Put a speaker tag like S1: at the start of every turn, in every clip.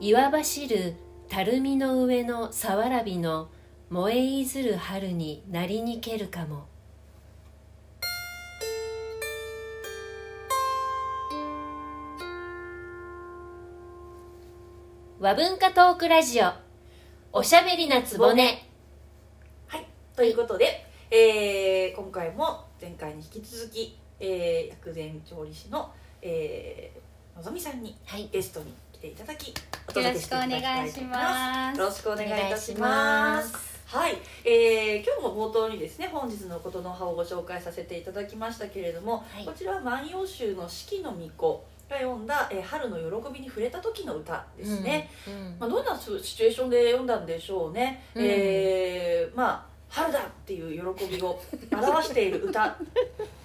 S1: 岩走る垂水の上の沢らびの燃えいずる春になりにけるかも和文化トークラジオおしゃべりなつぼね
S2: はい、ということで、えー今回も前回に引き続き、えー薬膳調理師の、えーのぞみさんに
S1: はい
S2: ゲストに来ていただきお届
S3: よろ
S2: け
S3: し
S2: し
S3: く
S2: て
S3: お
S2: いただき
S3: 願
S2: た
S3: い
S2: いと
S3: し
S2: 思いま
S3: ますす。
S2: よろしくお願いいたしますはい、えー今日も冒頭にですね本日のことの葉をご紹介させていただきましたけれども、
S1: はい
S2: こちらは「万葉集」の「四季の巫女」が読んだ、えー春の喜びに触れた時の歌ですね、
S1: うん
S2: まあ、どんなシチュエーションで読んだんでしょうね、
S1: うん
S2: えーまあ春だっていう喜びを 表している歌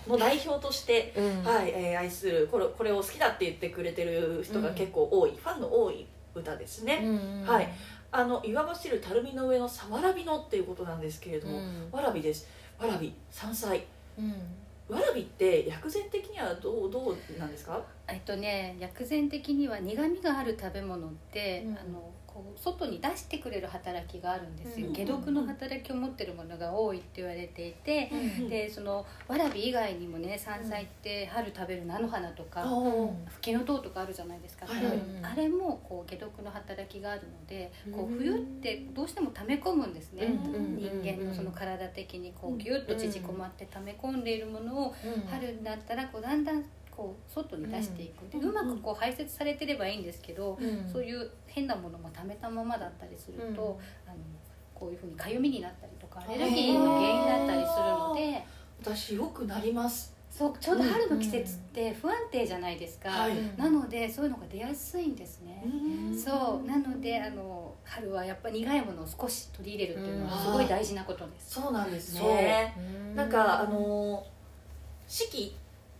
S2: の代表として、
S1: うんうん
S2: はいえー愛するこれこれを好きだって言ってくれてる人が結構多い、ファンの多い歌ですね、
S1: うん
S2: はいあの岩走る垂水の上のさわらびのっていうことなんですけれど
S1: う
S2: も、
S1: ん
S2: わらびですわらび山菜
S1: うん
S2: わらびって薬膳的にはどうどうなんですか
S3: えっとね、薬膳的には苦味がある食べ物って、
S1: うん
S3: あのこう外に出してくれる働きがあるんです
S1: う
S3: よ、
S1: ん
S3: 解毒の働きを持ってるものが多いって言われていて、
S1: うん
S3: でそのわらび以外にもね山菜って春食べる菜の花とか、
S2: ー
S3: フキノトウとかあるじゃないですか、
S2: はいはい
S3: であれもこう解毒の働きがあるので、こう冬ってどうしても溜め込むんですね、
S1: うん
S2: うん
S3: 人間のその体的にこうギュッと縮こまって溜め込んでいるものを
S1: うん
S3: 春になったらこうだんだんこう外に出していく、
S2: うん
S3: でうまくこう排泄されてればいいんですけど、
S1: うん
S3: そういう変なものも溜めたままだったりすると、あのこういうふうにかゆみになったりとかアレルギーの原因だったりするので
S2: 私よくなります
S3: そうちょうど春の季節って不安定じゃないですか、
S2: はい
S1: うん
S3: なのでそういうのが出やすいんですね。
S1: うん
S3: そうなのであの春はやっぱ苦いものを少し取り入れるっていうの
S1: う
S3: は
S1: ん
S3: すごい大事なことです。
S2: そうなんです
S1: そう
S2: ねなんかあのー四季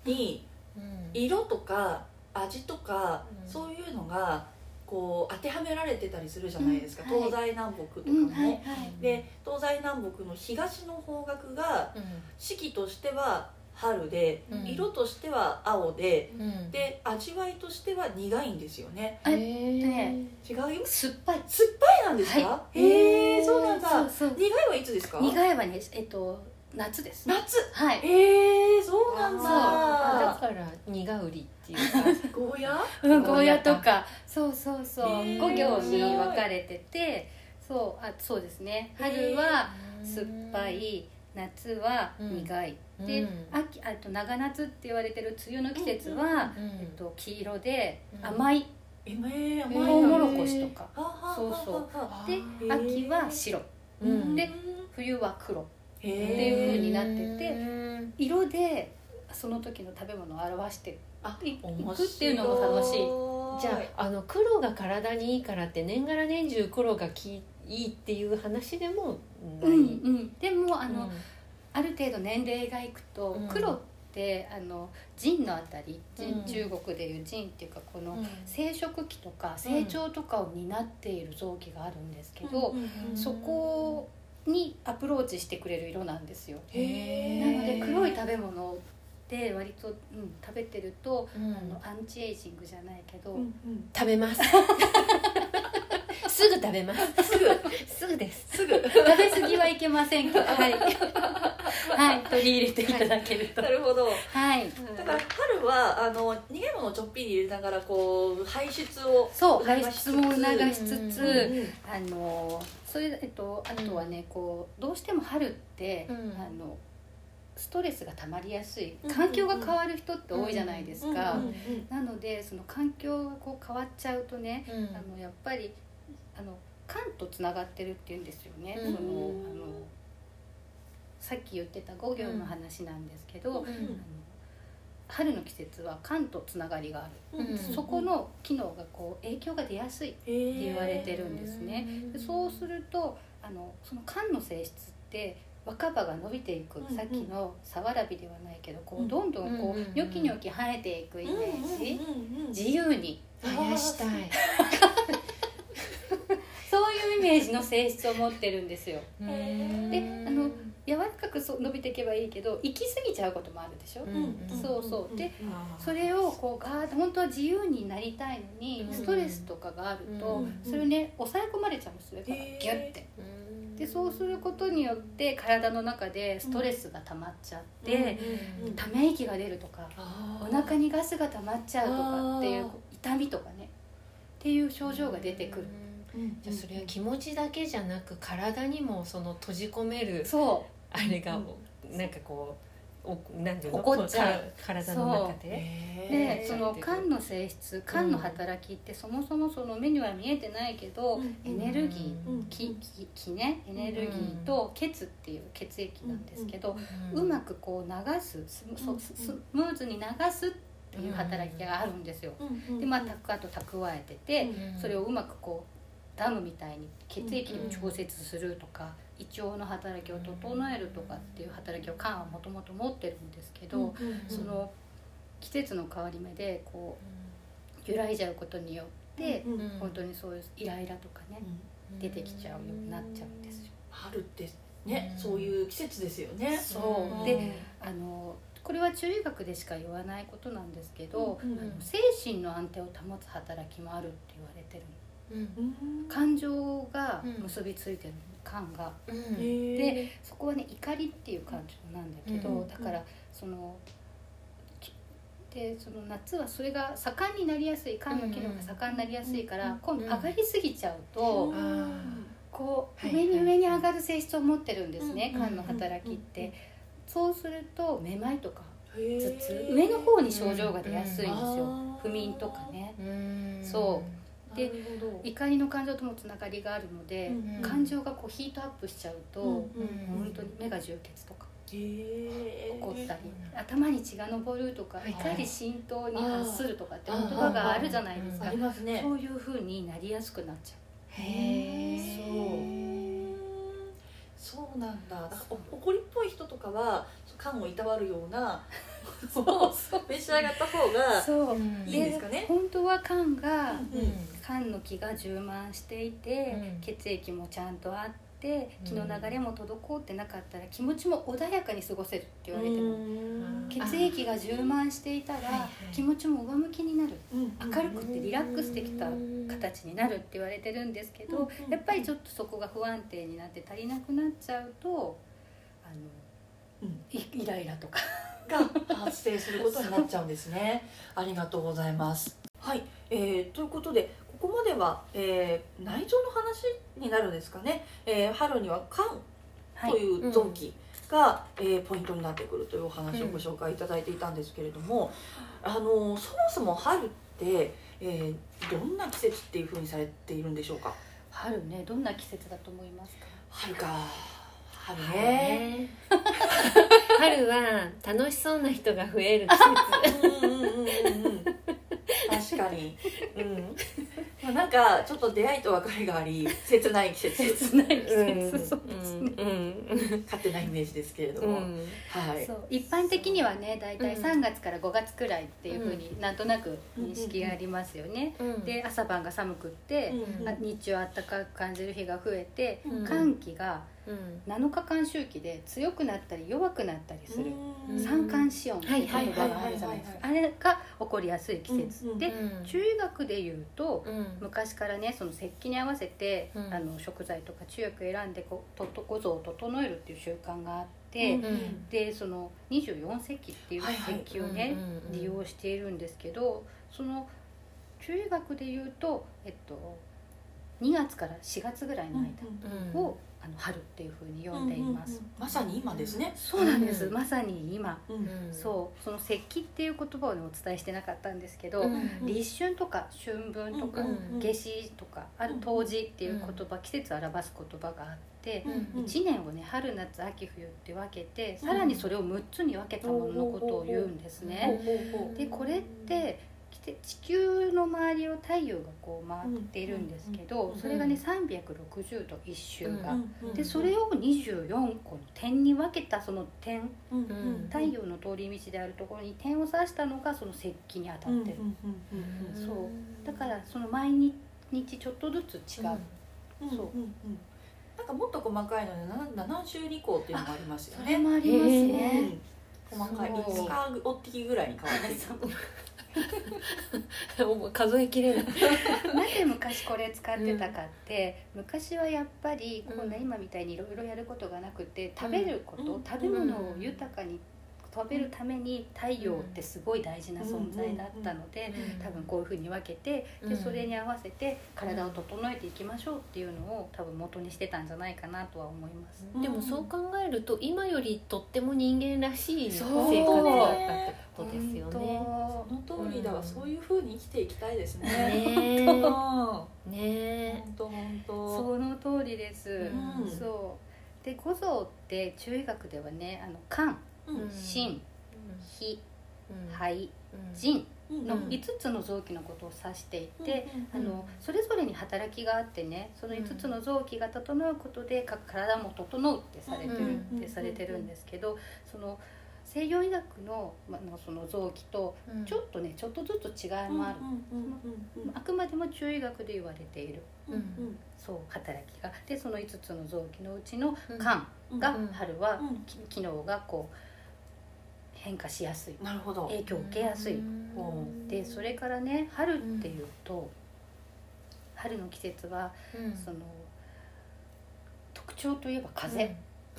S2: に
S1: うん
S2: 色とか味とか、
S1: うん
S2: そういうのがこう当てはめられてたりするじゃないですか、
S3: うんはい
S2: 東西南北とか
S3: うん
S2: も、
S3: はいはい
S2: で東西南北の東の方角が
S1: うん
S2: 四季としては春で、
S1: うん
S2: 色としては青で
S1: うん
S2: で味わいとしては苦いんですよね
S3: あ
S1: へ
S3: ね
S2: 違うよ
S3: 酸っぱい
S2: 酸っぱいなんですか、
S3: は
S2: へえそうなんだ
S3: そうそう
S2: 苦いはいつですか
S3: 苦いはねえっと夏です
S2: 夏
S3: はい
S2: えー、そうなん
S1: だ
S2: だ。
S1: から苦売りっていうか
S2: ゴーヤ。
S3: うんゴーヤとかそうそうそう
S2: へー
S3: 5行に分かれててそうあそうですね春は酸っぱい夏は苦い、
S1: うんう
S3: で
S1: ん
S3: 秋あと長夏って言われてる梅雨の季節は、
S1: うん
S3: えっと、黄色で
S1: うん
S3: 甘い
S2: えめー、甘い
S3: トウ
S2: な
S3: モロコシとか、
S2: はあはあ
S3: そうそう
S2: はあはあ
S3: で
S2: ー
S3: 秋は白
S1: うん
S3: で冬は黒
S2: へー
S3: っていう風になってて
S1: うん
S3: 色でその時の食べ物を表してる
S2: あ
S3: い
S2: 面白
S3: 行く
S2: い
S3: っていうのも楽しい
S1: じゃああの黒が体にいいからって年がら年中黒がきいいっていう話でもない、
S3: うん、でもあ
S1: う
S3: の、
S1: ん
S3: ある程度年齢がいくと、
S1: うん
S3: 黒ってあの腎のあたり腎
S1: うん
S3: 中国でいう腎っていうかこの、
S1: うん
S3: 生殖期とか成長とかを担っている臓器があるんですけど、
S2: うんうんうん
S3: そこにアプローチしてくれる色なんですよ。
S2: へー
S3: なので黒い食べ物で割と、うん、食べてると、
S1: うん
S3: あのアンチエイジングじゃないけど、
S2: うんうん
S1: 食べます すぐ食べます
S2: すぐ
S1: すぐです
S2: すぐ
S3: 食べ過ぎはいけませんけど、はい、はい、取り入れていただけると。
S2: なるほど
S3: はい、
S2: だから春はあの逃げ物をちょっぴり入れながらこう排出を
S3: そう、
S2: 促し
S3: 排
S2: つつ
S3: 出も促しつ
S1: うん
S3: つ、
S2: うん
S3: あの、それ、えっと、あとはね、こう、どうしても春って、
S1: うん
S3: あの。ストレスが溜まりやすい
S2: うん
S3: 環境が変わる人って多いじゃないですか、
S2: うんうんうん
S3: なのでその環境がこう変わっちゃうとね、あのやっぱりあの肝とつながってるって言うんですよね、
S1: うん
S3: そのあのさっき言ってた五行の話なんですけど、あの春の季節は肝とつながりがある、
S2: うんうん
S3: そこの機能がこう影響が出やすい
S2: へー
S3: って言われてるんですねでそうするとあのその肝の性質って若葉が伸びていく、
S2: うんうん
S3: さっきのさわらびではないけどこ
S2: うん
S3: うどんどん
S1: う
S3: こ
S1: んうんうん
S3: うニョキニョキ生えていくイメージ、
S2: うんうんうんうん
S3: 自由に
S1: 生やしたい、
S3: そういうイメージの性質を持ってるんですよ。
S1: う
S2: ー
S1: ん
S3: であの柔らかくそう伸びていけばいいけど行き過ぎちゃうこともあるでしょ、
S1: うん
S3: そうそうで
S2: あー
S3: それをこうガーッと本当は自由になりたいのに、
S1: うん
S3: ストレスとかがある
S1: う
S3: と、
S1: ん
S3: それをね抑え込まれちゃうんですよだから
S2: へー
S3: ギュッて。
S1: うん
S3: でそうすることによって体の中でストレスが溜まっちゃって、
S2: うん
S3: ため息が出るとかお
S2: あー
S3: 腹にガスが溜まっちゃうとかってい
S2: あ
S3: う
S2: ー
S3: 痛みとかねっていう症状が出てくる
S1: う、ん
S2: うん
S1: じゃあそれは気持ちだけじゃなく体にもその閉じ込める
S3: そ
S1: あれが
S2: ん
S1: なんかこうおなんていうの
S3: 起こっちゃう
S1: こ体の中
S3: そう
S1: で
S3: う
S1: え
S3: で
S1: ー
S3: その肝の性質肝の働きってそもそもその目には見えてないけど、エネルギー
S2: うん
S3: 気気気ねエネルギーと血っていう血液なんですけど、うまくこう流すスム,そう、
S2: うん
S3: ススムーズに流すっていう働きがあるんですよ。でまあ、たくあと蓄えてて、それをうまくこうダムみたいに血液を調節するとか、胃腸の働きを整えるとかっていう働きを肝はもともと持ってるんですけど、その季節の変わり目でこう揺らいじゃうことによって、
S2: うんうん
S3: 本当にそういうイライラとかね、出てきちゃうようになっちゃうんですよ。
S2: 春ってね、そういう季節ですよね。
S3: そう
S2: で、
S3: であのこれは中医学でしか言わないことなんですけど、
S2: うんうん
S3: あの精神の安定を保つ働きもあるって言われてる
S1: うん
S3: 感情が結びついてる感が
S1: うん
S2: で、
S3: そこはね怒りっていう感情なんだけど、
S2: うん
S3: だからそのきでその夏はそれが盛んになりやすい肝の機能が盛んになりやすいから、
S2: うん
S3: 今度上がりすぎちゃうと、
S2: こう
S3: こう
S1: はい
S3: 上に上に上がる性質を持ってるんですね、
S1: うん
S3: 肝の働きっ
S2: うんう
S3: て。そうするとめまいとか
S2: 頭
S3: 頭
S2: 痛
S3: 痛
S2: 上
S3: 上
S2: の
S3: の
S2: 方
S3: 方
S2: に
S3: に症状が出やすいんですよ、
S2: うんあー
S3: 不眠とかね
S1: うん
S3: そ
S2: で、
S3: 怒りの感情ともつながりがあるので、
S2: うん
S3: 感情がこうヒートアップしちゃうと、
S1: うん
S3: 本当に目が充血とか怒
S2: 怒
S3: ったり、
S1: うん
S3: 頭に血が上るとか
S1: はい
S3: 怒り浸透に発するとかって
S2: あー
S3: 言葉があるじゃないです
S1: あ
S3: か
S2: ありますね。
S3: そういう風になりやすくなっちゃ
S1: へ
S2: そ
S1: ー
S2: うそうなんだだからお怒りっぽい人とかは感をいたわるよう な
S3: う
S2: 召し上がった方が
S3: そううん
S2: いいんですかね。
S3: 本当は肝が、
S2: うん
S3: 肝の気が充満していて、
S1: うん
S3: 血液もちゃんとあって
S1: うん
S3: 気の流れも滞ってなかったら気持ちも穏やかに過ごせるって言われてる、
S2: うん
S3: 血液が充満していた
S1: はいは
S3: ら
S1: い
S3: 気持ちも上向きになる
S2: うん
S3: 明るくてリラックスできた形になるって言われてるんですけど、やっぱりちょっとそこが不安定になって足りなくなっちゃうとあの
S2: うん
S3: イイライラとか
S2: が発生することになっちゃうんですね。ありがとうございます。はい、えー、ということでここまでは、えー、内臓の話になるんですかね。えー、春には肝
S3: は
S2: と
S3: い
S2: いう臓器が、えーポイントになってくるというお話をご紹介いただいていたんですけれども、あのそもそも春って、えーどんな季節っていうふうにされているんでしょうか
S3: 春ねどんな季節だと思いますか
S2: 春か春
S1: 春
S2: ね
S1: ね春は楽しそうな人が増える季
S2: うんうんうんうんうん確かに、うんまあ、なんかちょっと出会いと別れがあり切ない季節
S3: 切ない季
S1: 節
S3: 節、 そうですね、
S1: うん
S2: 勝手なイメージですけれど
S1: うん
S2: も、
S1: うん
S2: はい
S3: そう一般的にはね大体
S1: うん
S3: 3月から5月くらいっていうふうになんとなく認識がありますよね、
S1: うん
S3: で朝晩が寒くって、
S1: うん
S3: あ日中暖かく感じる日が増えて、
S1: うん
S3: 寒気が
S1: うん
S3: 7日間周期で強くなったり弱くなったりする、
S1: うん
S3: 三寒四温っていう
S1: はいは
S3: 言葉
S1: い
S3: が
S1: はいはい
S3: あるじゃないですかあれが起こりやすい季
S2: うんう
S3: 節
S2: ん
S3: で
S1: うん
S3: 中医学でいうと
S1: うん
S3: 昔からねその節気に合わせて、
S1: うん
S3: あの食材とか中薬選んでこうとと五臓を整えるっていう習慣があって、
S2: うん
S3: でその24節気っていう
S2: はいはい
S3: 節気をね、
S1: うん
S3: 利用しているんですけどその中医学でいうと、えっと、2月から4月ぐらいの間
S1: うん
S3: を、あの春っていうふうに呼んでいま
S2: う
S3: す。
S2: んうんうんまさに今ですね、
S3: そうなんです、
S1: うん
S3: まさに今
S2: う
S1: うん
S3: そうその節気っていう言葉をねお伝えしてなかったんですけど、
S1: うん
S3: 立春とか春分とか、
S1: うん
S3: 夏至とかある冬至っていう言葉、季節を表す言葉があって、
S1: うん
S3: 1年をね春夏秋冬って分けてさらにそれを6つに分けたもののことを言うんですね。
S1: うん
S3: でこれってきて地球の周りを太陽がこう回っているんですけ
S2: うん
S3: ど
S2: うん
S3: それがね360度一周
S1: う
S3: が
S1: ん。
S3: でそれを24個の点に分けたその点
S2: うんうん
S1: うん
S3: 太陽の通り道であるところに点を指したのがその石器に当たってる、
S1: うん
S3: そうだからその毎日ちょっとずつ違う、
S1: うん
S2: うん
S3: そう
S2: うんなんかもっと細かいのでな7週以降っていうのもありますよ
S3: そ
S2: ね。
S3: れもあります
S2: う
S3: ね、
S2: ん細かい
S3: そう
S2: 5日おってきぐらいに変わっていく
S1: 数えきれない
S3: なぜ昔これ使ってたかって、昔はやっぱりこんな
S1: うん
S3: 今みたいにいろいろやることがなくて食べること、
S2: うん
S3: 食べ物を豊かに食べるために太陽ってすごい大事な存在だったので、
S1: うん
S3: 多分こういうふうに分けて
S1: う
S3: で
S1: ん
S3: それに合わせて体を整えていきましょうっていうのを多分元にしてたんじゃないかなとは思います。
S1: でもそう考えると今よりとっても人間らしい生
S3: そう
S1: 活だったってことですよね。
S3: 本
S2: その通りだわ、
S1: うん
S2: そういう風に生きていきたいですね。
S1: ね
S2: うん本
S1: えね
S2: 当本
S3: 当
S2: 当。
S3: その通りです、
S1: うん
S3: そうで五臓って中医学ではねあの肝
S2: うん
S1: うん
S3: 心脾
S1: え
S3: 肺
S1: うん
S3: 腎
S2: うん
S3: の
S1: うん
S3: 5つの臓器のことを指していて、
S2: うん
S3: あのそれぞれに働きがあってねその5つの臓器が整うことでか体も整うってされてるっ
S2: う
S3: て、
S2: ん
S3: されてるんですけどその西洋医学の,、ま、のその臓器と
S1: うん
S3: ちょっとねちょっとずつ違いもあ
S2: う
S3: る、
S2: んうんうんうん
S3: あくまでも中医学で言われている
S2: うん
S3: そう働きがでその5つの臓器のうちの
S1: うん
S3: 肝
S2: うん
S3: が、
S1: うん
S3: 春は
S2: うん
S3: き機能がこう変化しやすい
S2: なるほど。
S3: 影響を受けやす
S1: う
S3: い
S1: ん
S3: でそれからね春っていうと、春の季節は
S1: うん
S3: その特徴といえば風、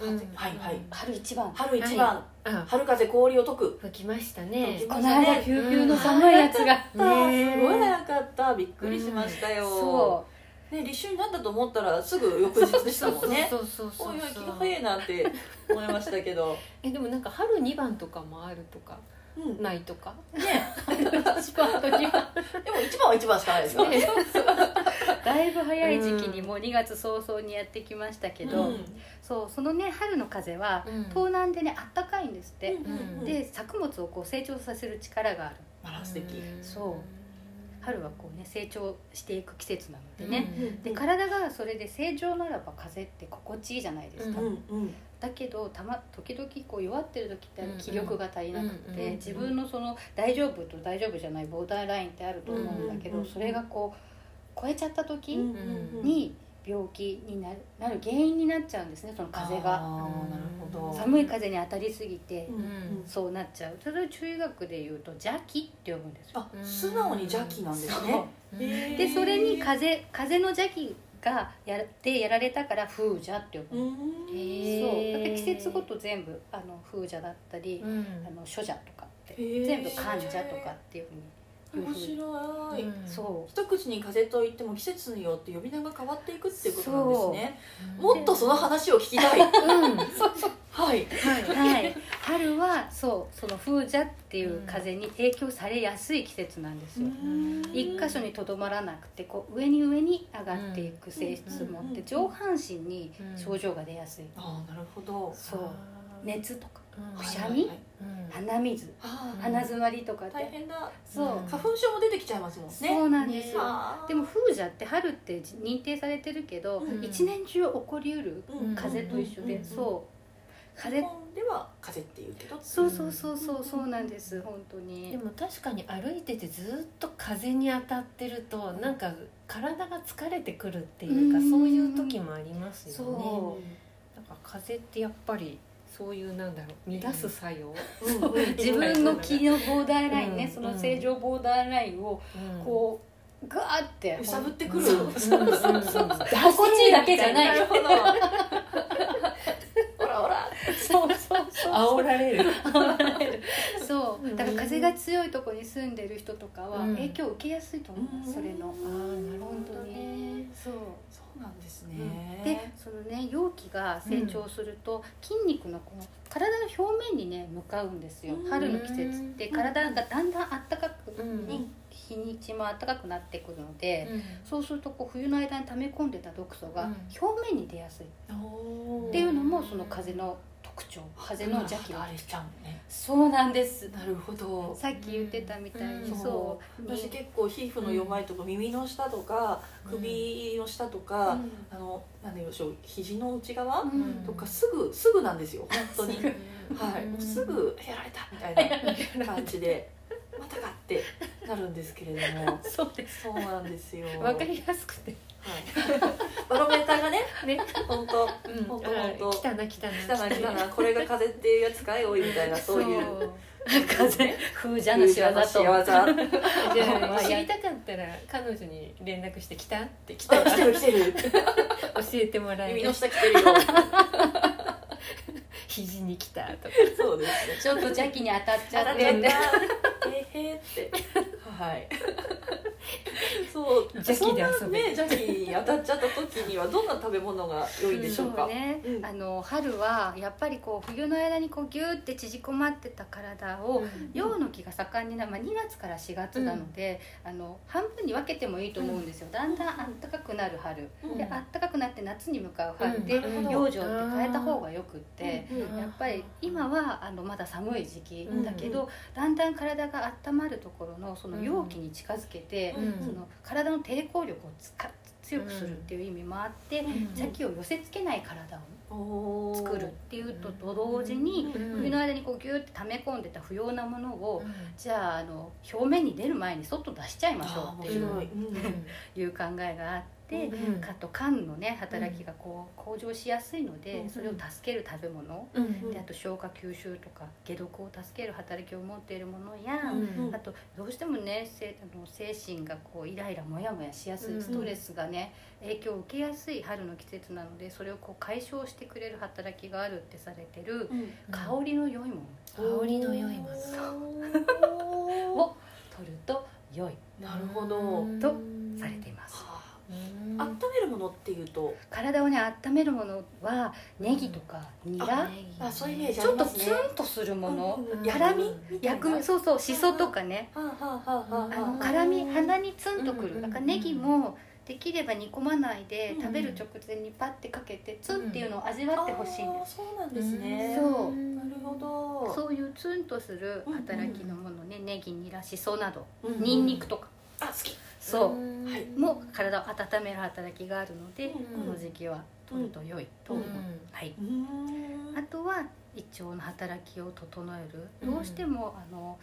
S1: うん
S2: 風はいはい
S3: 春一番
S2: 春一番、
S1: あ
S2: 春風氷を解く。
S1: 吹きましたね
S2: 吹き
S3: この間救急の寒いやつ が、
S1: ねえ
S2: すごい早かった。びっくりしましたよ。
S3: そ
S2: ね立春になったと思ったらすぐ翌日でしたもんね。
S1: そうそうそうそ
S2: お
S1: う
S2: いおい気が早いなって思いましたけど。
S1: えでもなんか春二番とかもあるとか
S2: うん。ね。
S1: ないとか
S3: う一番と二番
S2: でも一番は一番しかないですから。
S1: ね
S3: だいぶ早い時期にもう2月早々にやってきましたけど、
S2: うん
S3: そうそのね春の風は
S1: うん
S3: 東南でねあったかいんですって、
S1: うん
S3: で作物をこう成長させる力がある
S2: バランス的。
S3: そう春はこうね成長していく季節なのでね、
S2: うん
S3: で体がそれで正常ならば風って心地いいじゃないですか、
S2: うんうん
S3: だけどたま時々こう弱ってる時ってあ
S1: う
S3: る
S1: ん
S3: 気力が足りなくて、
S1: うんうん
S3: 自分のその大丈夫と大丈夫じゃないボーダーラインってあると思うんだけど、
S2: うんうん
S3: それがこう超えちゃった時
S1: うん
S3: に病気になるなる原因になっちゃうんですねその風が
S2: あーなるほど
S3: 寒い風に当たりすぎて、
S2: うんうん
S3: そうなっちゃうそれを中医学でいうと邪気って呼ぶんですよ
S2: あ素直に邪気なんですね
S1: うん
S2: へー
S3: でそれに風風の邪気がやでやられたから風邪って呼ぶの、
S2: うん
S1: へ
S3: そう
S1: ー
S3: だって季節ごと全部あの風邪だったり、
S1: うん
S3: あの諸邪とかって
S2: へー
S3: 全部患者とかっていうふうに
S2: 面
S3: いう
S2: 白い、
S1: うん
S3: そう
S2: 一口に風と言っても季節によって呼び名が変わっていくっていうことなんですねもっとその話を聞きた い
S1: うん
S2: はい
S3: はい、春はそうその風邪っていう風に影響されやすい季節なんですよ、一箇所にとどまらなくてこう上に上に上がっていく性質持って
S2: うん
S3: 上半身に症状が出やすい
S2: ああなるほど
S3: そう熱とか
S1: うん
S3: くしゃ
S2: は
S3: み
S2: いはい
S1: うん
S3: 鼻水
S2: あー
S3: 鼻づまりとか
S2: 大
S3: で
S2: 変だ
S3: そう
S2: 花粉症も出てきちゃいますもんね
S3: そうなんですよ
S2: あー
S3: でも風邪って春って認定されてるけど
S2: うん
S3: 一年中起こりうる
S2: うん
S3: 風邪と一緒
S2: うんうんう
S3: で
S2: ん
S3: そう風
S2: 日
S3: 邪
S2: 本では風っていうけど
S3: そうそうそうそううんそうなんです本当に
S1: でも確かに歩いててずっと風に当たってるとなんか体が疲れてくるっていうか
S3: うん
S1: そういう時もありますよね
S3: そ
S1: なんか風ってやっぱりそういうなんだろう乱す作用、
S2: うんうんうん
S3: 自分の気のボーダーライン
S1: うん
S3: ねその正常ボーダーラインをこうガーって
S2: 揺さぶってくる
S1: そうそうそうそう
S3: 心地いいだけじゃな
S2: ないるほどほらほら
S3: そうそうそう
S1: 煽られる
S3: そうだから風が強いとこに住んでる人とかは
S1: うん
S3: 影響を受けやすいと思う、
S2: うん
S3: それの
S1: あーなるほど
S3: 本当
S1: ね
S3: そう
S2: そうなんですね、
S3: でそのね容器が成長すると、筋肉のこの体の表面にね向かうんですよ、
S2: うん
S3: 春の季節って体がだんだんあったかく、
S1: うん
S3: に日にちもあったかくなってくるので、そうするとこう冬の間に溜め込んでた毒素
S1: う
S3: が
S1: ん
S3: 表面に出やすい、
S2: おー
S3: っていうのもその風の特徴風の邪気
S2: 肌
S3: が
S2: 荒れちゃうね
S3: そうなんです
S2: なるほど
S3: さっき言ってたみたいに、
S1: うん
S3: そう
S2: 私結構皮膚の弱いとこ、耳の下とか首の下とか、あのなんでしょう肘の内側、
S3: うん
S2: とかすぐすぐなんですよ本当にはい、
S1: うん
S2: もうすぐやられたみたいな感じでまたかってなるんですけれども
S3: そうです
S2: そうなんですよ
S1: わかりやすくて
S2: バロメーターがね
S1: ね、
S2: 本当
S1: うん、
S2: ほんと
S1: あ
S2: ほんと
S1: 来たな来たな
S2: 来たな 来たなこれが風邪っていうやつかい多いみたいなそういう
S1: 風風邪の仕業と
S2: 風邪の仕業
S1: じ
S3: ま
S1: ゃあ
S3: あ
S1: 知りたかったら彼女に連絡して来たって来た
S2: あ来てる来てる
S1: 教えてもらえ
S2: 耳
S1: る
S2: の下来てるよ
S1: 肘に来たとか
S2: そうですね
S3: ちょっと邪気に当たっちゃ
S2: あ
S3: っ
S2: な
S3: て
S2: た
S3: ね
S2: えへってはいそう
S1: 邪気で遊ぶ
S2: そんなね邪気に当たっちゃった時にはどんな食べ物が良いんでし
S3: そ
S2: ょうか
S3: うね、
S2: うん
S3: あの春はやっぱりこう冬の間にこうギューって縮こまってた体を陽の気が盛んになまあ、2月から4月なので、あの半分に分けてもいいと思うんですよだんだん暖かくなる春、
S2: うん
S3: で暖かくなって夏に向かう春で、
S2: うんなるほど
S3: 養生って変えた方がよくって、
S2: うん
S3: やっぱり今はあのまだ寒い時期だけど、
S2: う
S3: だんだん体が温まるところのその陽気に近づけて、
S1: うん
S3: その体の抵抗力をつか強くするっていう意味もあって、
S1: ん
S3: 先を寄せつけない体を
S2: おー
S3: 作るっていうとと同時に、
S2: うん
S3: 冬の間にこうギューって溜め込んでた不要なものを、
S1: うん
S3: じゃああの表面に出る前に外出しちゃいましょ
S2: あ
S3: う
S2: ー面
S3: っていう
S2: 白いうん
S3: いう考えがあって、
S1: うん
S3: かと肝のね働きがこう向上しやすいので、
S1: うん
S3: それを助ける食べ物、
S1: うん
S2: うん
S3: であと消化吸収とか解毒を助ける働きを持っているものや、
S1: うん
S3: あとどうしてもねせあの精神がこうイライラモヤモヤしやす
S1: うん
S3: いストレスがね、影響を受けやすい春の季節なのでそれをこう解消してくれる働きがあるってされてる
S2: うん
S3: 香りの良いも
S1: 香りの良いもの
S2: そ
S3: の
S2: う
S3: を取ると良い
S2: なるほど
S3: とされています。
S2: は
S1: うん
S2: あ温めるものっていうと
S3: 体をね温めるものはネギとかニラ、
S2: あそういうイメージ
S3: ち
S2: あり
S3: ょっと
S2: ま
S3: ツ
S2: すね
S3: ンとするもの、
S2: うんうん
S3: 辛み
S2: みたいな
S3: 薬味そうそうしそとかね、
S2: はあはあはあはあ
S1: うん
S3: あの
S1: ん
S3: 辛み鼻にツンとく
S1: うんうんうん
S3: るだからネギもできれば煮込まないで、
S2: うんうん
S3: 食べる直前にパッてかけてツンっていうのを味わってほしいん
S2: あ
S3: で
S2: ー
S3: す、
S2: そうなんですね
S3: うんそう
S2: なるほど
S3: そういうツンとする働きのものね、ネギニラしそなど
S2: うんうん
S3: ニンニクとか、
S2: あ好き
S3: そう、
S1: ん
S2: はい
S3: も体を温める働きがあるので、
S2: うん
S1: うん
S3: この時期は取ると良いと思う、
S1: うん
S3: はい、
S2: うーん
S3: あとは胃腸の働きを整える、
S1: うん
S3: どうしてもあの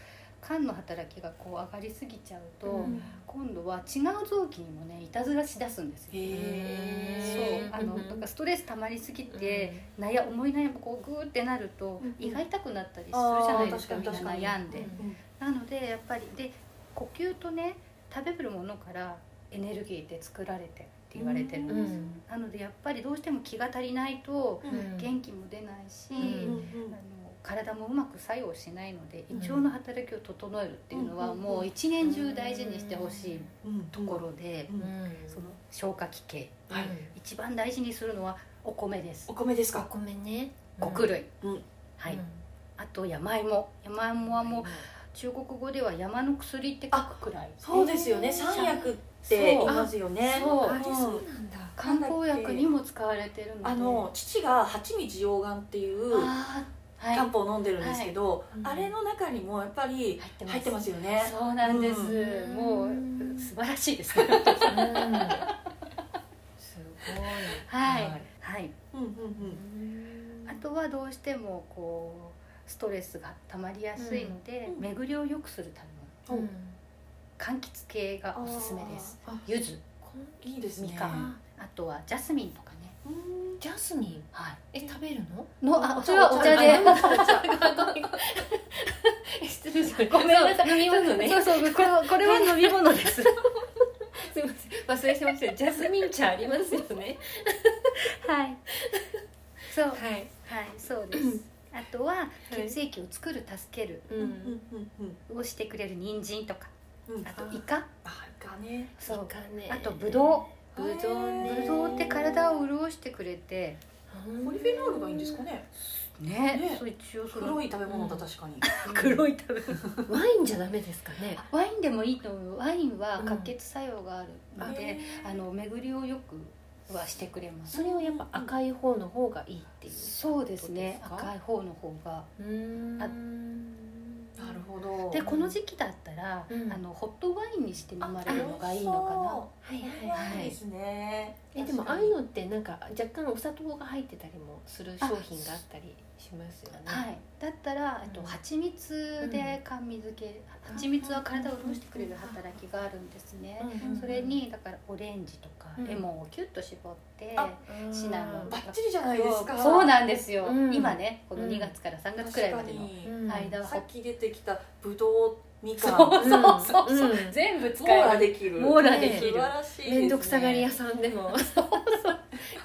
S3: 肝の働きがこう上がりすぎちゃうと、
S1: うん
S3: 今度は違う臓器にもねいたずらしだすんですよ。そう
S1: へー
S3: あの
S1: うんうん
S3: だからストレス溜まりすぎて、悩思い悩みこうグーってなると、
S2: うんうん
S3: 胃が痛くなったりするじゃないですか
S2: あー確か
S3: みんな
S2: に確かに
S3: 悩んで、
S1: うん
S3: なのでやっぱりで呼吸とね食べるものからエネルギーって作られてるって言われてるんです、
S1: うん
S3: なのでやっぱりどうしても気が足りないと
S2: うん
S1: うん
S3: 元気も出ないし、
S1: うん
S3: あの体もうまく作用しないので胃
S1: うん
S3: 腸の働きを整えるっていうの
S2: うん
S3: は
S2: うん
S3: もう一年中大事にしてほしい
S2: うん
S3: ところで、
S2: うん
S3: その消化器系
S2: はい
S3: 一番大事にするのはお米です
S2: お米です
S1: お
S2: か
S1: 米ね
S3: 穀類、
S2: うん
S3: はい、あと山芋山芋はもう中国語では山の薬って書くくらい
S2: そうですよね三薬って言いますよね
S3: そう
S1: あれそうなんだ
S3: 漢方薬にも使われてるので
S2: あの父が蜂蜜溶岩っていう
S3: あーはい
S2: 漢方を飲んでるんですけど、
S1: うん
S2: あれの中にもやっぱり
S3: 入ってます
S2: 入ってますよね
S3: そうなんです、
S1: うん
S3: も
S1: うん
S3: う素晴らしい です
S1: うんすごい
S3: はい、はい
S2: うんうんうん
S3: あとはどうしてもこうストレスが溜まりやすいので、
S2: うん
S3: 巡りを良くするための
S1: うん
S3: 柑橘系がおすすめです
S1: あ
S3: 柚子
S2: いいですね
S3: みか
S1: ん
S3: あとはジャスミンとかね
S2: うん
S1: ジャスミン
S3: はい
S1: え食べるの
S3: のあそれはお茶
S2: あ
S3: で
S2: 飲むお茶
S1: 失礼しました
S3: ごめんなさい
S1: 飲み物ね
S3: そうそうこれはこれは飲み物です
S1: すみません忘れてましたジャスミン茶ありますよね
S3: はいそうはい
S1: はい
S3: そうですあとは
S1: はい
S3: 血液を作る助ける
S1: う
S2: うんうん
S1: ん
S2: うんうん
S3: をしてくれる人参とか
S2: うん
S3: あとイカ
S2: あイカね
S3: そう
S1: かね
S3: あとブド
S1: ウブドウね
S3: ブドウって体を潤してくれて
S2: ポリフェノールがいいんですかね
S3: ね
S2: ね
S3: そう一応その
S2: 黒い食べ物だ確かに
S3: 黒い食べ物
S1: ワインじゃダメですかね
S3: ワインでもいいと思うワインは活血作用があるので、
S2: あ
S3: あの巡りをよくはしてくれます
S1: それをやっぱ赤い方の方がいいっていう
S3: そうですね
S1: ことですか
S3: 赤い方の方が
S1: うん
S3: あ
S2: なるほど
S3: でこの時期だったら、
S1: うん
S3: あのホットワインにして飲まれるのがいいの
S1: はいはい
S2: か
S1: はい
S2: いいですね
S1: えでもああいうのってなんか若干お砂糖が入ってたりもする商品があったり
S3: かな
S1: しますよね。
S3: はい、だったら、えっと、
S1: うん
S3: 蜂蜜で甘味付け、蜂蜜は体を潤してくれる働きがあるんですね、
S2: うん
S3: それにだからオレンジとか
S1: うん
S3: レモンをキュッと絞って、
S2: あ
S1: シ
S3: シ
S1: ナ
S3: ナ
S1: モ
S3: モ
S1: ン
S3: ン
S2: バッチリじゃないですか
S3: そうなんですよ、
S1: うん
S3: 今ねこ
S1: う
S3: の
S1: ん
S3: 2月から3
S2: 確
S3: 月くらいまでの
S2: に
S1: うん
S3: 間は、
S2: さっき出てきたぶどうみかん
S3: そう
S1: うん
S3: そうそうそう、
S1: うん
S3: 全部
S2: 網
S3: 使
S2: 羅
S3: える
S2: できる
S3: 網羅
S1: できる
S2: 素晴らしいですね
S1: 面倒くさがり屋さんでも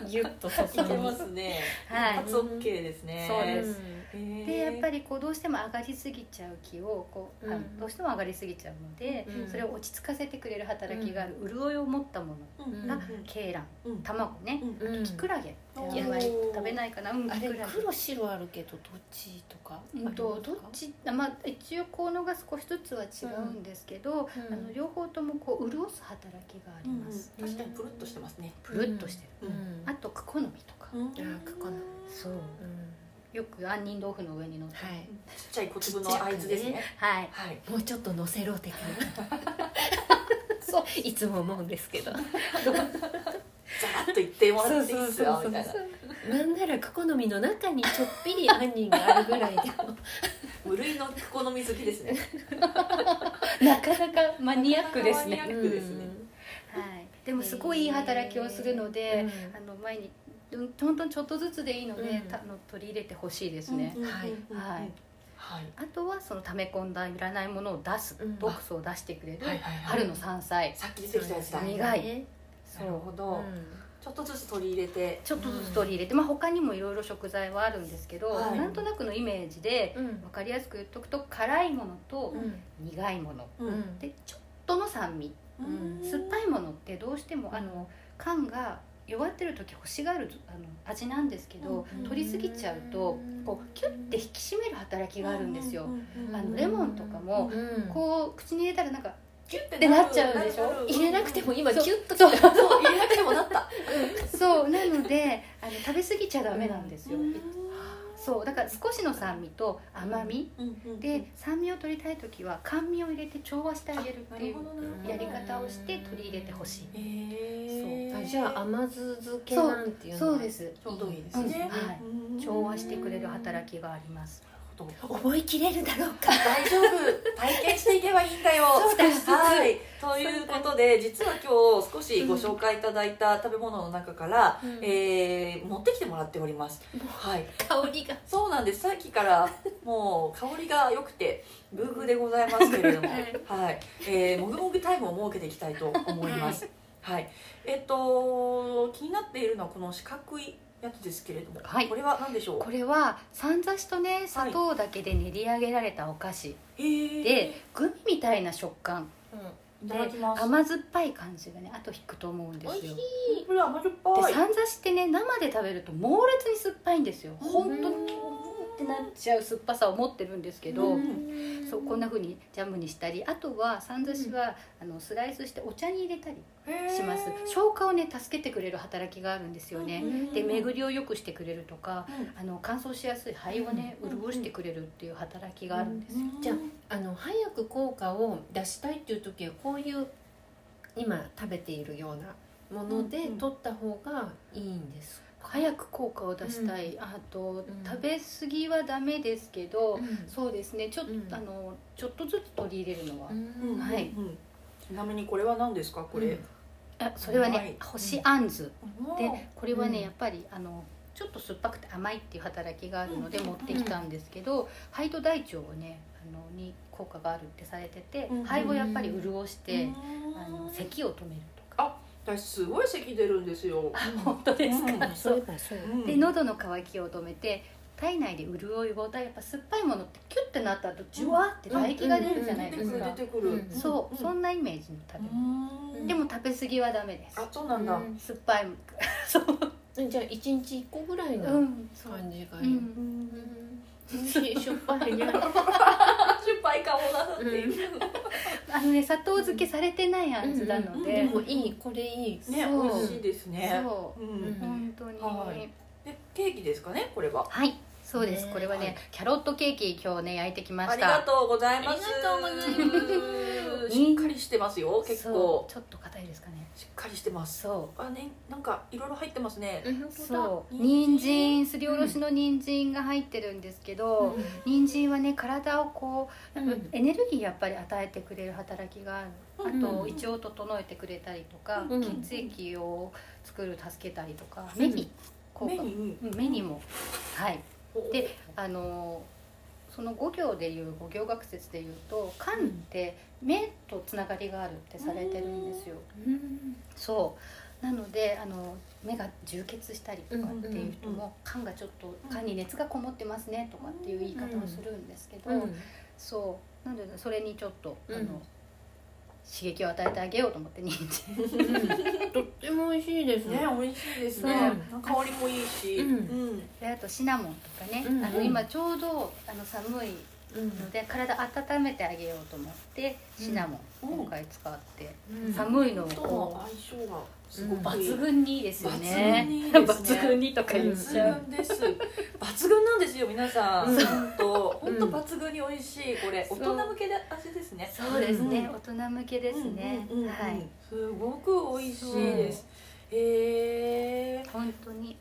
S1: ギュッと注
S2: いけ
S1: ぎ
S2: ますね
S3: はい
S2: 一発 OK ですね
S3: そう
S1: う
S3: で
S1: ん
S3: すでやっぱ
S2: り
S3: りこうどうしても上がりすぎちゃう気をこう、あの
S1: うん
S3: どうしても上がりすぎちゃうので、
S1: うん
S3: それを落ち着かせてくれる働きがある、潤いを持ったものが鶏卵
S2: うん
S3: 卵ね、
S2: うん
S1: うん
S3: キクラゲってあんまり食べないかな、うん、
S1: あ
S3: キ
S1: れ
S3: クラゲ
S1: 黒白あるけどどっちとか
S3: うんとどっちあまあ一応効能が少しずつは違うんですけど、
S1: うん
S3: あの両方ともこう潤す働きがあります、
S2: 確かにプルッとしてますね
S3: プルッとしてる、
S1: うんうん
S3: あとクコの実とか、
S1: あ書かない
S3: そう
S1: うん
S3: よく杏仁豆腐の上にのって
S1: はい
S2: ちっちゃい小粒の合図ですね
S3: はい
S2: はい
S1: もうちょっと乗せろ 的な
S3: そう
S1: いつも思うんですけど
S2: ザラッといってもらっていいっすよみたいな
S1: なんなら好みの中にちょっぴり杏仁があるぐらいでも
S2: 無類の好み好きですね
S3: なかなかマニアックです
S2: マ
S3: ね
S2: ニアックですね
S3: はいでもすごいいい働きをするので、
S1: うん
S3: あの前にうん本当にちょっとずつでいいので、
S1: うん
S3: たあの取り入れてほしいですね、
S1: はい
S3: はい
S2: はい
S3: あとはその溜め込んだいらないものを出す、
S1: うん
S3: 毒素を出してくれる
S2: はいはいはい
S3: 春の山菜、
S2: さっき出てきたやつだ
S3: 苦い
S2: なる
S3: そう
S2: ほどちょっとずつ取り入れて
S3: ちょっとずつ取り入れて、まあ、他にもいろいろ食材はあるんですけど、
S2: はい
S3: なんとなくのイメージで
S1: うん
S3: 分かりやすく言っとくと辛いものと苦いもの
S1: うんうん
S3: でちょっとの酸味酸っぱいものってどうしてもあの缶が弱ってる時欲しがるあの味なんですけど、
S2: うん
S3: 取りすぎちゃうとこうキュッて引き締める働きがあるんですよ、あのレモンとかも
S1: うん
S3: こう口に入れたらなんか
S2: キュッ
S3: ってなっちゃうんでしょ
S1: 入れなくても今
S3: そう
S1: キュッと
S3: そう
S1: きた
S2: そう入れなくてもなった
S3: そうなのであの食べ過ぎちゃダメなんですよ、
S2: う
S3: そうだから少しの酸味と甘み、
S2: ん
S3: で酸味を取りたい時は甘味を入れて調和してあげるっていうやり方をして取り入れてほしい、
S2: へえ
S1: あじゃあ甘酢漬けなんていうの
S3: そうですす
S2: ちょうどいいですね
S3: うんはい調和してくれる働きがあります
S2: き
S1: 覚えきれるだろうか
S2: 大丈夫体験していけばいいんだよはいということで実は今日少しご紹介いただいた食べ物の中から、
S1: うん
S2: えー持ってきてもらっております、はい
S1: 香りが
S2: そうなんですさっきからもう香りが良くてグーグーでございますけれどもはい、えー、もぐもぐタイムを設けていきたいと思いますはいえっと気になっているのはこの四角いやつですけれども、
S3: はい
S2: これは何でしょう
S3: これはさんざしとね砂糖だけで練り上げられたお菓子
S2: えー
S3: でグミみたいな食感
S2: いただきます
S3: 甘酸っぱい感じがねあと引くと思うんですよ
S2: これ甘じょっ
S3: で
S2: ぱい
S3: さんざしってね生で食べると猛烈に酸っぱいんですよ本当にってなっちゃう酸っぱさを持ってるんですけど、
S2: うん
S3: そうこんな風にジャムにしたりあとはさんざしは、あのスライスしてお茶に入れたりします消化をね助けてくれる働きがあるんですよね、で巡りを良くしてくれるとかあの乾燥しやすい肺をね
S2: うん
S3: 潤してくれるっていう働きがあるんです、
S1: じゃあの早く効果を出したいっていう時はこういう今食べているようなもので
S2: うん
S1: 取った方がいいんです
S3: 早く効果を出したい、あと、
S1: うん
S3: 食べ過ぎはダメですけど、
S1: う
S3: そうですねちょ,、
S1: うん
S3: あのちょっとずつ取り入れるのは、
S2: うん
S1: ん
S3: はい
S2: うんちなみにこれは何ですかこれ、
S3: あそれはね、
S2: はい
S3: 干しあんず、
S2: で
S3: でこれはね、
S1: うん
S3: やっぱりあのちょっと酸っぱくて甘いっていう働きがあるので
S2: うん
S3: 持ってきたんですけど、肺と大腸をねあのに効果があるってされてて、
S2: うん
S3: 肺をやっぱり潤して、あの
S2: の
S3: 咳を止めるとか。
S2: 私すごい咳出るんですよ、
S3: 本当ですか、
S2: うん
S1: そういえばそう
S2: うん
S3: で喉の渇きを止めて体内で潤いをだやっぱ酸っぱいものってキュッてなった後ジュワーって唾液が出るじゃないですか、
S2: 出てくる出てくる
S3: そう、そ
S2: ん
S3: んなイメージの食べ物、
S2: うん
S3: でも食べ過ぎはダメです
S2: あそうなんだ、
S1: うん
S3: 酸っぱいもそう
S1: えじゃあ一日一個ぐらいうの
S3: んそう、
S1: 感じが
S3: う
S1: いい、うん
S3: ん、
S1: 美味しいしょっぱいね
S2: 酸っぱい顔だなっていう、
S3: あのね砂糖漬けされてないあんずなので、
S1: でもいいこれいい
S2: ね
S3: そう
S2: 美味しいですね
S3: そう
S2: うん
S1: うん
S3: 本当に、
S2: はいでケーキですかねこれは
S3: はいそうですこれはね、
S1: はい
S3: キャロットケーキ今日ね焼いてきました
S2: ありがとうございます
S1: ありがとうございま
S3: す
S2: しっかりしてますよ結
S3: そ
S2: 構
S3: うちょっと硬いですかね
S2: しっかりしてます
S3: そ
S2: あねなんかいろいろ入ってますね
S1: うん
S3: う
S1: 本当だ
S3: そう
S2: 人参
S3: 人参すりおろしの人参が入ってるんですけど、人参はね体をこう、
S1: うん
S3: エネルギーやっぱり与えてくれる働きがある、
S2: うん
S3: あと胃腸を整えてくれたりとか、
S1: うん
S3: 血液を作る助けたりとか、
S1: うん
S3: 目に効果
S2: 目に
S3: うん目にもはい
S2: で
S3: であのーその五行でいう五行学説でいう
S1: う
S3: と「肝」っ
S1: ん
S3: て目とつながりがあるってされてるんですよ、
S1: うん
S3: そうなのであの目が充血したりとかっていう人も「肝がちょっと肝に熱がこもってますね」とかっていう言い方をするんですけど、そうなのでそれにちょっとあの、
S1: うん
S3: 刺激を与えてあげようと思って人参
S1: とっても美味しいです
S2: ね
S1: ね。
S2: 美味しいです
S1: う
S2: ね香りもいいし
S1: うん
S2: うん
S3: であとシナモンとかね、
S1: うんうん
S3: あの今ちょうどあの寒い
S1: うん
S3: ので体温めてあげようと思って
S1: うん
S3: シナモン
S2: うん
S3: 今回使って
S1: うん
S3: 寒いのを
S2: と
S3: こ
S2: 相性がすご
S3: う
S2: くいい
S3: 抜群にいいですよね
S2: 抜群にいいですね
S3: 抜群にとか言っちゃう
S2: 抜群です 抜群なんですよ皆さん
S1: うん
S2: 本当
S1: う
S2: 本
S1: ん
S2: 当抜群に美味しいこれ大
S3: そう
S2: 人向けで味ですね
S3: そうですね
S2: うん
S3: 大人向けですね
S2: うんうんうんうん
S3: はい
S2: すごく美味しいですへえ
S3: 本当に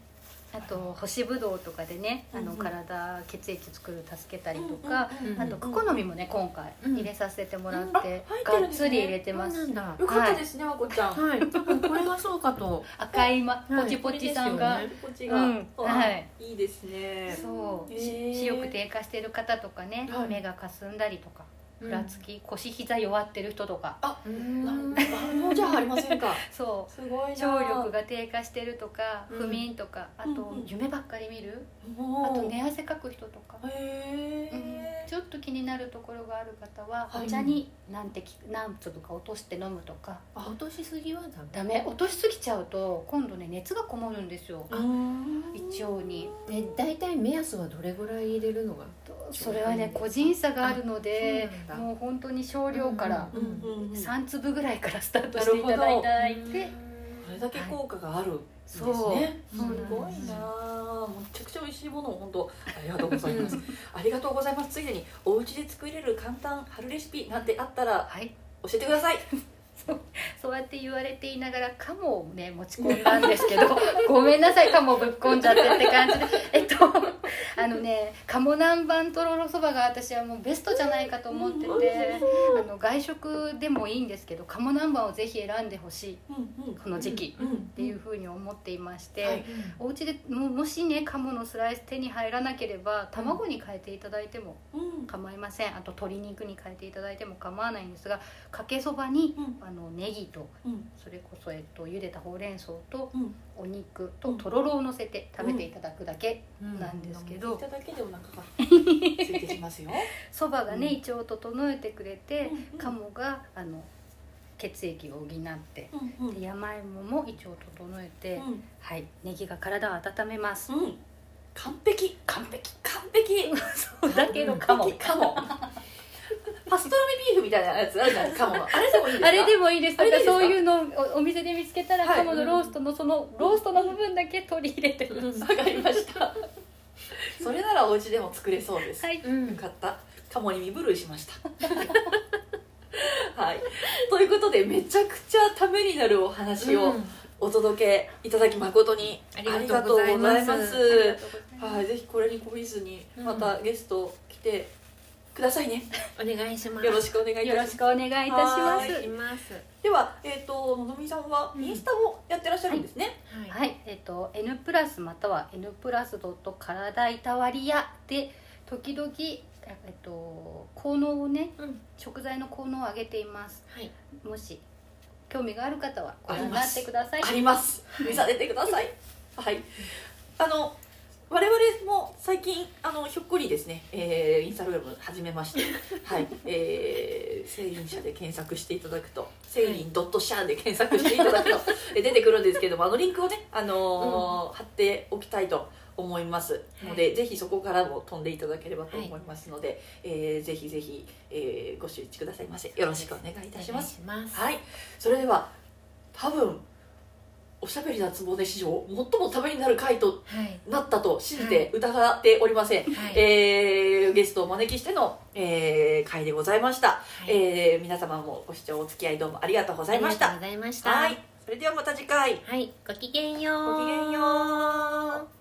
S3: あと干しぶどうとかでねあ
S2: うんう
S3: の
S2: ん
S3: 体血液作る助けたりとか
S2: うんうんうん
S3: あとクコの実もね今回
S1: うん
S3: 入れさせてもらっ
S2: うんあ
S3: て
S2: 入ってる
S3: が
S2: ん
S3: っ
S2: ですね
S3: つり入れてま
S1: そう
S3: す
S1: なんだ。
S2: よかったですね和子ちゃん
S1: はい。多分これがそうかと。
S3: 赤いま
S1: はい
S3: ポチポチさんが
S1: いいで
S2: こっち
S3: う
S2: が
S3: ん
S2: は
S3: はい
S2: いいいですね
S3: そう
S2: へー
S3: し視力低下してる方とかね
S2: はい
S3: 目がかすんだりとかふらつき腰膝弱ってる人とか
S1: うん。
S2: な何もじゃあありませんか
S3: そ
S2: すごいうな
S3: 聴力が低下してるとか
S1: うん
S3: 不眠とかあ
S2: う
S3: と
S2: んうん
S3: 夢ばっかり見るあ
S2: もう
S3: と寝汗かく人とか
S2: へ
S3: うん
S2: え
S3: ちょっと気になるところがある方は
S2: はい
S3: お茶に何滴何粒か落として飲むとか
S1: 落としすぎはダメ。
S3: ダメ落としすぎちゃうと今度ね熱がこもるんですよ胃腸に
S1: え、大体目安はどれぐらい入れるのが。
S3: それはね個人差があるので
S1: あそうなんだ
S3: もう本当に少量から
S1: うん
S2: うんうんうん
S3: 3粒ぐらいからスタートしていただい
S1: は
S3: た
S1: い
S3: いて
S2: これだけ効果があるんです
S3: そ
S2: ね
S3: う
S2: す
S3: そうなんです
S2: ごいなあめちゃくちゃ美味しいものを本当ありがとうございますありがとうございますついでにお家で作れる簡単春レシピなんてあったら
S3: はい
S2: 教えてください
S3: そうやって言われていながらカモをね持ち込んだんですけ どごめんなさいカモぶっ込んじゃってって感じでえっとあのね鴨南蛮とろろそばが私はもうベストじゃないかと思ってて、
S2: うん美味し
S3: あの外食でもいいんですけど鴨南蛮をぜひ選んでほしいこの時期
S2: うんうん
S3: っていうふうに思っていまして、
S2: はい
S3: お家でももしね鴨のスライス手に入らなければ卵に変えていただいても
S2: うん
S3: 構いませんあと鶏肉に変えていただいても構わないんですがかけそばに
S2: うん
S3: あのネギと
S2: うん
S3: それこそ、えっと、茹でたほうれん草と
S2: うん
S3: お肉ととろろを乗せて食べていただくだけなんですけ
S2: い
S3: ど
S2: ただけでお腹がついてきますよ
S3: そばがね
S1: うん
S3: 胃腸を整えてくれて
S2: うんうん
S3: 鴨があの血液を補って
S2: うんうん
S3: で山芋も胃腸を整えて、
S2: うん
S3: はいネギが体を温めます
S2: うん完璧完璧完璧
S3: そうだけど鴨
S2: カモパストラミビーフみたいなやつあるじゃないですかカモの あれでもいいですか
S3: あれで
S2: あれでいい
S3: もいいですだから
S2: ですか
S3: そういうのをおお店で見つけたら
S2: はい
S3: 鴨のローストのそのローストの部分だけ取り入れてます、
S2: わかりま したそれならお家でも作れそうです、
S3: はい
S1: うん
S2: よかったカモに身震いしました はいということでめちゃくちゃためになるお話をお届けいただき誠にあ
S1: あ
S2: り
S1: り
S2: が
S1: がと
S2: とう
S1: う
S2: ご
S1: ご
S2: ざ
S1: ざ
S2: い
S1: い
S2: ま
S1: ますす
S2: はい、ぜひこれにこびずに
S1: うん
S2: またゲスト来てくださいね、
S1: お願いします。
S2: よろしくお願いい
S3: よ
S2: た
S3: ろ
S2: し
S3: し
S2: ます
S3: くお願いいたし
S1: お
S3: ま
S2: は
S1: 願い
S3: す
S1: します。
S2: では、えー、とのぞみさんは
S1: うん
S2: インスタをやってらっしゃるんですね、
S1: はい。
S3: はい、えっ、と N プラスまたは N プラスドット体いたわり屋で時々えっ、と効能をね
S1: うん。
S3: 食材の効能を上げています。
S1: はい。
S3: もし興味がある方はご覧になってください。
S2: あります見させてください はいあの我々も最近あのひょっこりですね、えーインスタグラム始めま してはいえー「セイリン社」で検索していただくと「セイリンドットシャー」で検索していただ くとえ出てくるんですけどもあのリンクをね、あのー貼っておきたいと思いますので、ぜひそこからも飛んでいただければと思いますので、えーぜひぜひ、えーご周知くださいませよろしくお願いいたします
S1: お願いします。
S2: はい、それでは多分おしゃべりなつぼね史上最もためになる回と
S1: はい
S2: なったと信じて疑っておりません、
S1: はい
S2: えーゲストをお招きしての、えー、回でございました、
S1: はい
S2: えー皆様もご視聴お付き合いどうもありがとうござ
S1: あ
S2: い
S1: り
S2: ま
S1: が
S2: し
S1: とう
S2: た
S1: ございました
S2: はいそれではまた次回
S1: はいごきげんよう
S2: ごきげんよう